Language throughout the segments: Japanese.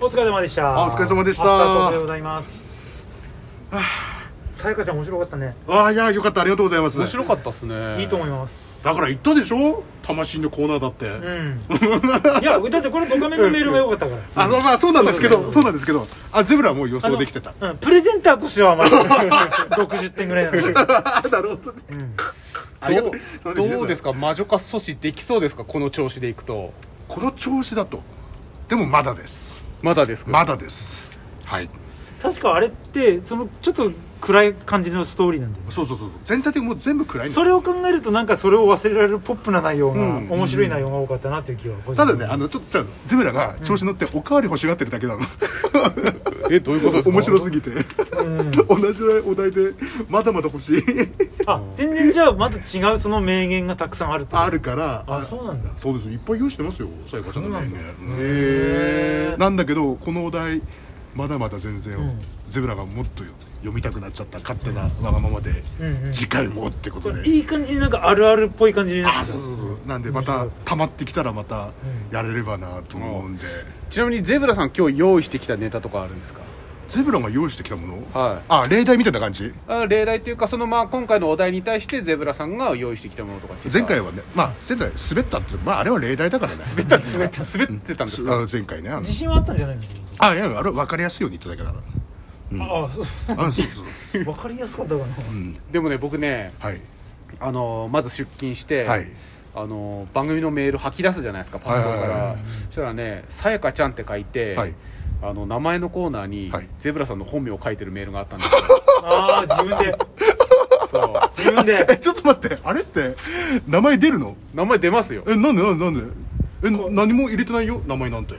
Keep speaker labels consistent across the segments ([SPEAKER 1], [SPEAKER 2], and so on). [SPEAKER 1] お疲れ様でした
[SPEAKER 2] あお疲れ様でした
[SPEAKER 1] アフタートークでございますさやかちゃん面白かったね
[SPEAKER 2] ああいやよかったありがとうございます
[SPEAKER 3] 面白かったですね
[SPEAKER 1] いいと思います
[SPEAKER 2] だから言ったでしょ魂のコーナーだって、
[SPEAKER 1] うんいやだってこれドカメのメールが良かったから
[SPEAKER 2] あそうまあそうなんですけどそうなんですけどあゼブラはもう予
[SPEAKER 1] あ
[SPEAKER 2] 想
[SPEAKER 1] の
[SPEAKER 2] できてた
[SPEAKER 1] うんプレゼンターとしてはまだ 60点ぐらいなんですけど
[SPEAKER 2] あなるほどね、ありがとうすいません
[SPEAKER 3] どうですか魔女化阻止できそうですかこの調子でいくと
[SPEAKER 2] この調子だとでもまだです
[SPEAKER 3] まだですか、
[SPEAKER 2] まだですはい
[SPEAKER 1] 確かあれってそのちょっと暗い感じのストーリーなんだよね
[SPEAKER 2] そうそうそう全体的にもう全部暗いんだ
[SPEAKER 1] それを考えるとなんかそれを忘れられるポップな内容が、
[SPEAKER 3] うん
[SPEAKER 1] 面白い内容が多かったなっていう気は
[SPEAKER 2] ただねあのちょっとじゃあゼブラが調子乗っておかわり欲しがってるだけなの、
[SPEAKER 3] えどういうことですか
[SPEAKER 2] 面白
[SPEAKER 3] ぎ
[SPEAKER 2] すぎて
[SPEAKER 1] うん
[SPEAKER 2] 同じお題でまだまだ欲しい
[SPEAKER 1] あ全然じゃあまた違うその名言がたくさんあると
[SPEAKER 2] あるから
[SPEAKER 1] あそうなんだ
[SPEAKER 2] そうですいっぱい用意してますよさやかちゃんの名言うん
[SPEAKER 3] へ
[SPEAKER 2] なんだけどこのお題まだまだ全然、
[SPEAKER 1] ん
[SPEAKER 2] ゼブラがもっと読みたくなっちゃった勝手なわがままで、
[SPEAKER 1] うんうん
[SPEAKER 2] 次回もってことで、
[SPEAKER 1] いい感じになんかあるあるっぽい感じにな
[SPEAKER 2] あ
[SPEAKER 1] って
[SPEAKER 2] そうそう
[SPEAKER 1] た
[SPEAKER 2] そうなんでまた溜まってきたらまたやれればなと思うんで、
[SPEAKER 3] ちなみにゼブラさん今日用意してきたネタとかあるんですか
[SPEAKER 2] ゼブラが用意してきたもの、
[SPEAKER 3] はい
[SPEAKER 2] あ例題みたいな感じ
[SPEAKER 3] あ例題というかそのまあ今回のお題に対してゼブラさんが用意してきたものとかっていうか
[SPEAKER 2] 前回はねまあ前回滑ったってまああれは例題だからね
[SPEAKER 3] 滑ったんです滑った滑ってたんです
[SPEAKER 2] あ
[SPEAKER 3] か
[SPEAKER 2] の前回ねあの
[SPEAKER 1] 自信はあったんじゃないの、
[SPEAKER 2] あいやあれ分かりやすいように言っただけだか
[SPEAKER 1] あそう
[SPEAKER 2] らあそうそう
[SPEAKER 1] 分かりやすかったかな、
[SPEAKER 3] でもね僕ね
[SPEAKER 2] はい
[SPEAKER 3] あのまず出勤して、
[SPEAKER 2] はい
[SPEAKER 3] あの番組のメール吐き出すじゃないですかパソコンか
[SPEAKER 2] は
[SPEAKER 3] ら、
[SPEAKER 2] いはいはいはい
[SPEAKER 3] そしたらね「さやかちゃん」って書いて、
[SPEAKER 2] はい
[SPEAKER 3] あの名前のコーナーに、
[SPEAKER 2] はい
[SPEAKER 3] ゼブラさんの本名を書いてるメールがあったんで すよ
[SPEAKER 1] ああ自分で
[SPEAKER 3] そう
[SPEAKER 1] 自分で
[SPEAKER 2] えちょっと待ってあれって名前出るの
[SPEAKER 3] 名前出ますよ
[SPEAKER 2] えなんでなんでなんでえ
[SPEAKER 1] こう
[SPEAKER 2] 何も入れてないよ名前なんて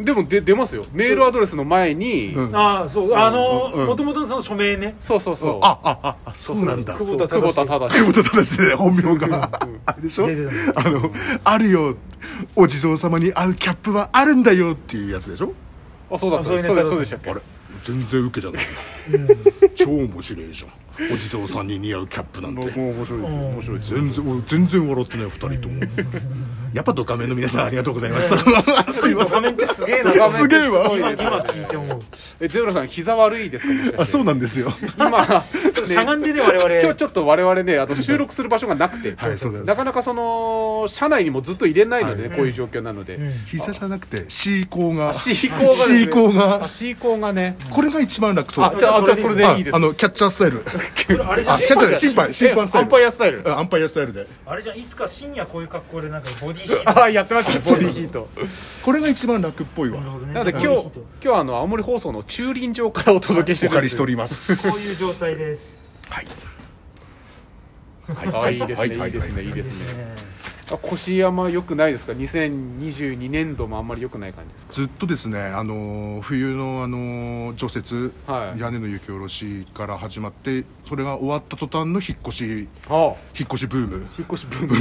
[SPEAKER 3] でもで出ますよメールアドレスの前に、
[SPEAKER 2] うん
[SPEAKER 1] ああそうあの
[SPEAKER 2] うん
[SPEAKER 1] もともとのその署名ね
[SPEAKER 3] そうそうそう
[SPEAKER 2] ああああそうなんだ
[SPEAKER 1] 久
[SPEAKER 3] そ
[SPEAKER 1] 保
[SPEAKER 3] う
[SPEAKER 1] 田
[SPEAKER 3] 久保田
[SPEAKER 1] 正
[SPEAKER 3] 正
[SPEAKER 2] 久保田正で本名があれでしょ
[SPEAKER 1] 出て
[SPEAKER 2] あのあるよお地蔵様に合うキャップはあるんだよっていうやつでしょ
[SPEAKER 3] あそうだっ
[SPEAKER 1] あ
[SPEAKER 3] た
[SPEAKER 1] そういうネ
[SPEAKER 3] そ
[SPEAKER 1] タ
[SPEAKER 3] う
[SPEAKER 1] だっ
[SPEAKER 3] で
[SPEAKER 1] た
[SPEAKER 3] そうでしたっけ
[SPEAKER 2] あれ全然ウケじゃない超面白いじゃんお地蔵さんに似合うキャップなんて
[SPEAKER 3] もう面白いですよ面白いですよ
[SPEAKER 2] 全然俺全然笑ってない二人ともやっぱドカメンの皆さんありがとうございましたすいませ
[SPEAKER 1] 画
[SPEAKER 2] ん
[SPEAKER 1] 面ってすげえな
[SPEAKER 3] 画面
[SPEAKER 2] すげえわ
[SPEAKER 3] ごい
[SPEAKER 1] 今
[SPEAKER 3] ね
[SPEAKER 1] 今聞いて思う
[SPEAKER 3] えゼブラさん膝悪いですかもしか
[SPEAKER 2] あ
[SPEAKER 3] して
[SPEAKER 2] そうなんですよ
[SPEAKER 3] 今ちょっと
[SPEAKER 1] しゃがんでね我々
[SPEAKER 3] 今日ちょっと我々ねあの収録する場所がなくて、
[SPEAKER 2] はいそうです
[SPEAKER 3] なかなかその社内にもずっと入れないので、ねこういう状況なので、
[SPEAKER 1] ん
[SPEAKER 2] 膝じゃなくて C 項が
[SPEAKER 3] C 項がですね
[SPEAKER 2] C 項が
[SPEAKER 3] あ C 項がね
[SPEAKER 2] これが一番楽そう
[SPEAKER 3] あじゃああじゃあそれでいいです
[SPEAKER 2] ああのキャッチャースタイル
[SPEAKER 1] それあれじゃ
[SPEAKER 2] あ
[SPEAKER 1] ん
[SPEAKER 2] キャッチャー審判審判スタイ
[SPEAKER 3] アンパイ
[SPEAKER 2] ル
[SPEAKER 3] アスタイル
[SPEAKER 2] うんアンパイアスタイルで
[SPEAKER 1] あれじゃんいつか深夜こういう格好でなんかボディーヒート
[SPEAKER 3] あやってましたねボディヒート
[SPEAKER 2] これが一番楽っぽいわ
[SPEAKER 1] なるほどね
[SPEAKER 3] なので今
[SPEAKER 1] ボディーヒ
[SPEAKER 3] 日
[SPEAKER 1] ートこ
[SPEAKER 3] 今日あの青森放送の駐輪場からお届けして
[SPEAKER 2] お
[SPEAKER 3] る
[SPEAKER 2] 借りしておりま
[SPEAKER 1] う
[SPEAKER 2] す
[SPEAKER 1] いう状態です
[SPEAKER 2] はい
[SPEAKER 3] あいいですね
[SPEAKER 2] はい
[SPEAKER 3] いいです
[SPEAKER 2] は
[SPEAKER 3] ねいいで
[SPEAKER 1] ですす
[SPEAKER 3] ね
[SPEAKER 1] ね
[SPEAKER 3] あ腰山良くないですか2022年度もあんまり良くない感じです か
[SPEAKER 2] ずっとですね、あのー冬の、あのー除雪、
[SPEAKER 3] はい
[SPEAKER 2] 屋根の雪下ろしから始まってそれが終わった途端の引っ越し引っ
[SPEAKER 3] ああ
[SPEAKER 2] 越しブーム
[SPEAKER 3] 引っ越し分
[SPEAKER 2] 引っ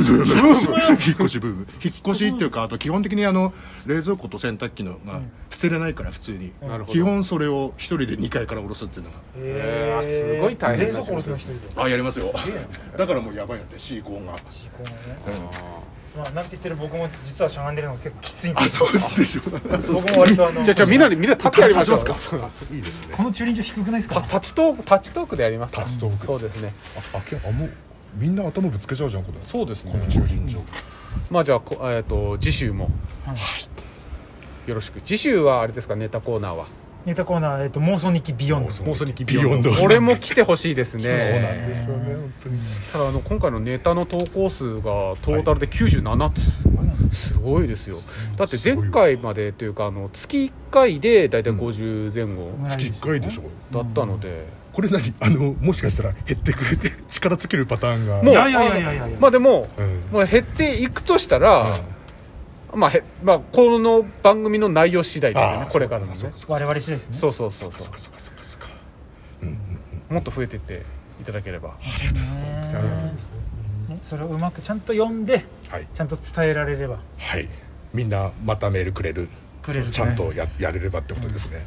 [SPEAKER 2] 越しブーム引っ越しっていうかあと基本的にあの冷蔵庫と洗濯機のが捨てれないから普通に、
[SPEAKER 3] なるほど
[SPEAKER 2] 基本それを一人で2階から下ろすっていうのが
[SPEAKER 3] へーすごい大変
[SPEAKER 1] 冷
[SPEAKER 3] な
[SPEAKER 1] 蔵
[SPEAKER 3] 仕
[SPEAKER 1] 庫の
[SPEAKER 3] 事
[SPEAKER 1] 人
[SPEAKER 3] で
[SPEAKER 1] 一
[SPEAKER 3] す
[SPEAKER 1] 人で
[SPEAKER 2] あやりますよだからもうやばいなってシーコンが
[SPEAKER 1] 自己ねまあなんて言ってる僕も実はしゃがんでるのが結構きついんで
[SPEAKER 2] あ
[SPEAKER 1] すよ
[SPEAKER 2] そうでしょう
[SPEAKER 1] 僕も割とあの
[SPEAKER 3] じゃあじゃあみんなでみんな立ってやりましょうか
[SPEAKER 2] いいですね
[SPEAKER 1] この駐輪場低くないですか
[SPEAKER 3] タッチトークタッチトークでやりますか
[SPEAKER 2] 立ちトークです
[SPEAKER 3] そうですね
[SPEAKER 2] あけあもうみんな頭ぶつけちゃうじゃんこれ
[SPEAKER 3] そうですね
[SPEAKER 2] 駐輪場
[SPEAKER 3] まあじゃあこえっ、と次週もよろしく次週はあれですかネタコーナーは
[SPEAKER 1] ネタコーナーえっと妄想日記ビヨンド
[SPEAKER 2] 妄想日記ビヨンド
[SPEAKER 3] 俺も来てほしいですね
[SPEAKER 2] ですよね本当に
[SPEAKER 3] ただあの今回のネタの投稿数がトータルで97つ、すごいですよだって前回までというかあの月1回で大体50前後
[SPEAKER 2] 月1回でしょ
[SPEAKER 3] だったので、
[SPEAKER 2] これ何あのもしかしたら減ってくれて力尽きるパターンが
[SPEAKER 3] もう
[SPEAKER 1] いやいやいやいやいやいや
[SPEAKER 3] まあでも、
[SPEAKER 2] うん
[SPEAKER 3] まあ、減っていくとしたら、まあへまあ、この番組の内容次第ですよ
[SPEAKER 2] あ
[SPEAKER 3] ね
[SPEAKER 2] ー
[SPEAKER 3] これからのね
[SPEAKER 2] そ
[SPEAKER 3] そうう
[SPEAKER 2] かそうか
[SPEAKER 1] 我々次第ですね
[SPEAKER 3] そうそうそう
[SPEAKER 2] そっかそっかそっかそっか
[SPEAKER 3] もっと増えてっていただければ
[SPEAKER 2] ありがとうございます
[SPEAKER 1] ねそれをうまくちゃんと読んで
[SPEAKER 2] はい
[SPEAKER 1] ちゃんと伝えられれば
[SPEAKER 2] はいみんなまたメールくれる
[SPEAKER 1] くれるね
[SPEAKER 2] ちゃんとややれればってことですね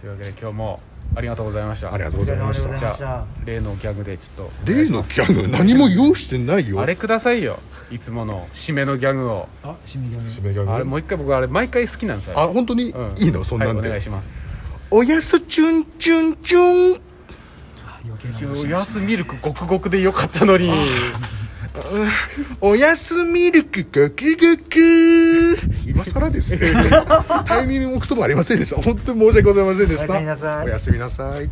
[SPEAKER 3] というわけで今日もありがとうございました
[SPEAKER 2] ありがとうございました
[SPEAKER 1] お疲れ様でござい
[SPEAKER 3] じ
[SPEAKER 1] ました
[SPEAKER 3] ゃあ例のギャグでちょっと
[SPEAKER 2] 例のギャグ何も用意してないよ
[SPEAKER 3] あれくださいよいつもの締めのギャグを
[SPEAKER 1] あ締め切り
[SPEAKER 2] 締めギャグ
[SPEAKER 3] あれもう一回僕あれ毎回好きなんですよ
[SPEAKER 2] あ本当に
[SPEAKER 3] うん
[SPEAKER 2] いいのそんなん
[SPEAKER 3] はい、お願い
[SPEAKER 2] で
[SPEAKER 3] します
[SPEAKER 2] おやすチュンチュンチュン
[SPEAKER 1] あ余計なことし
[SPEAKER 3] お
[SPEAKER 1] ま
[SPEAKER 3] や
[SPEAKER 1] した
[SPEAKER 3] すミルクごくごくでよかったのに
[SPEAKER 2] おやすミルクごくごく今更です ねタイミングもクソもありませんでした本当に申し訳ございませんでした
[SPEAKER 1] おやすみなさい
[SPEAKER 2] おやすみなさい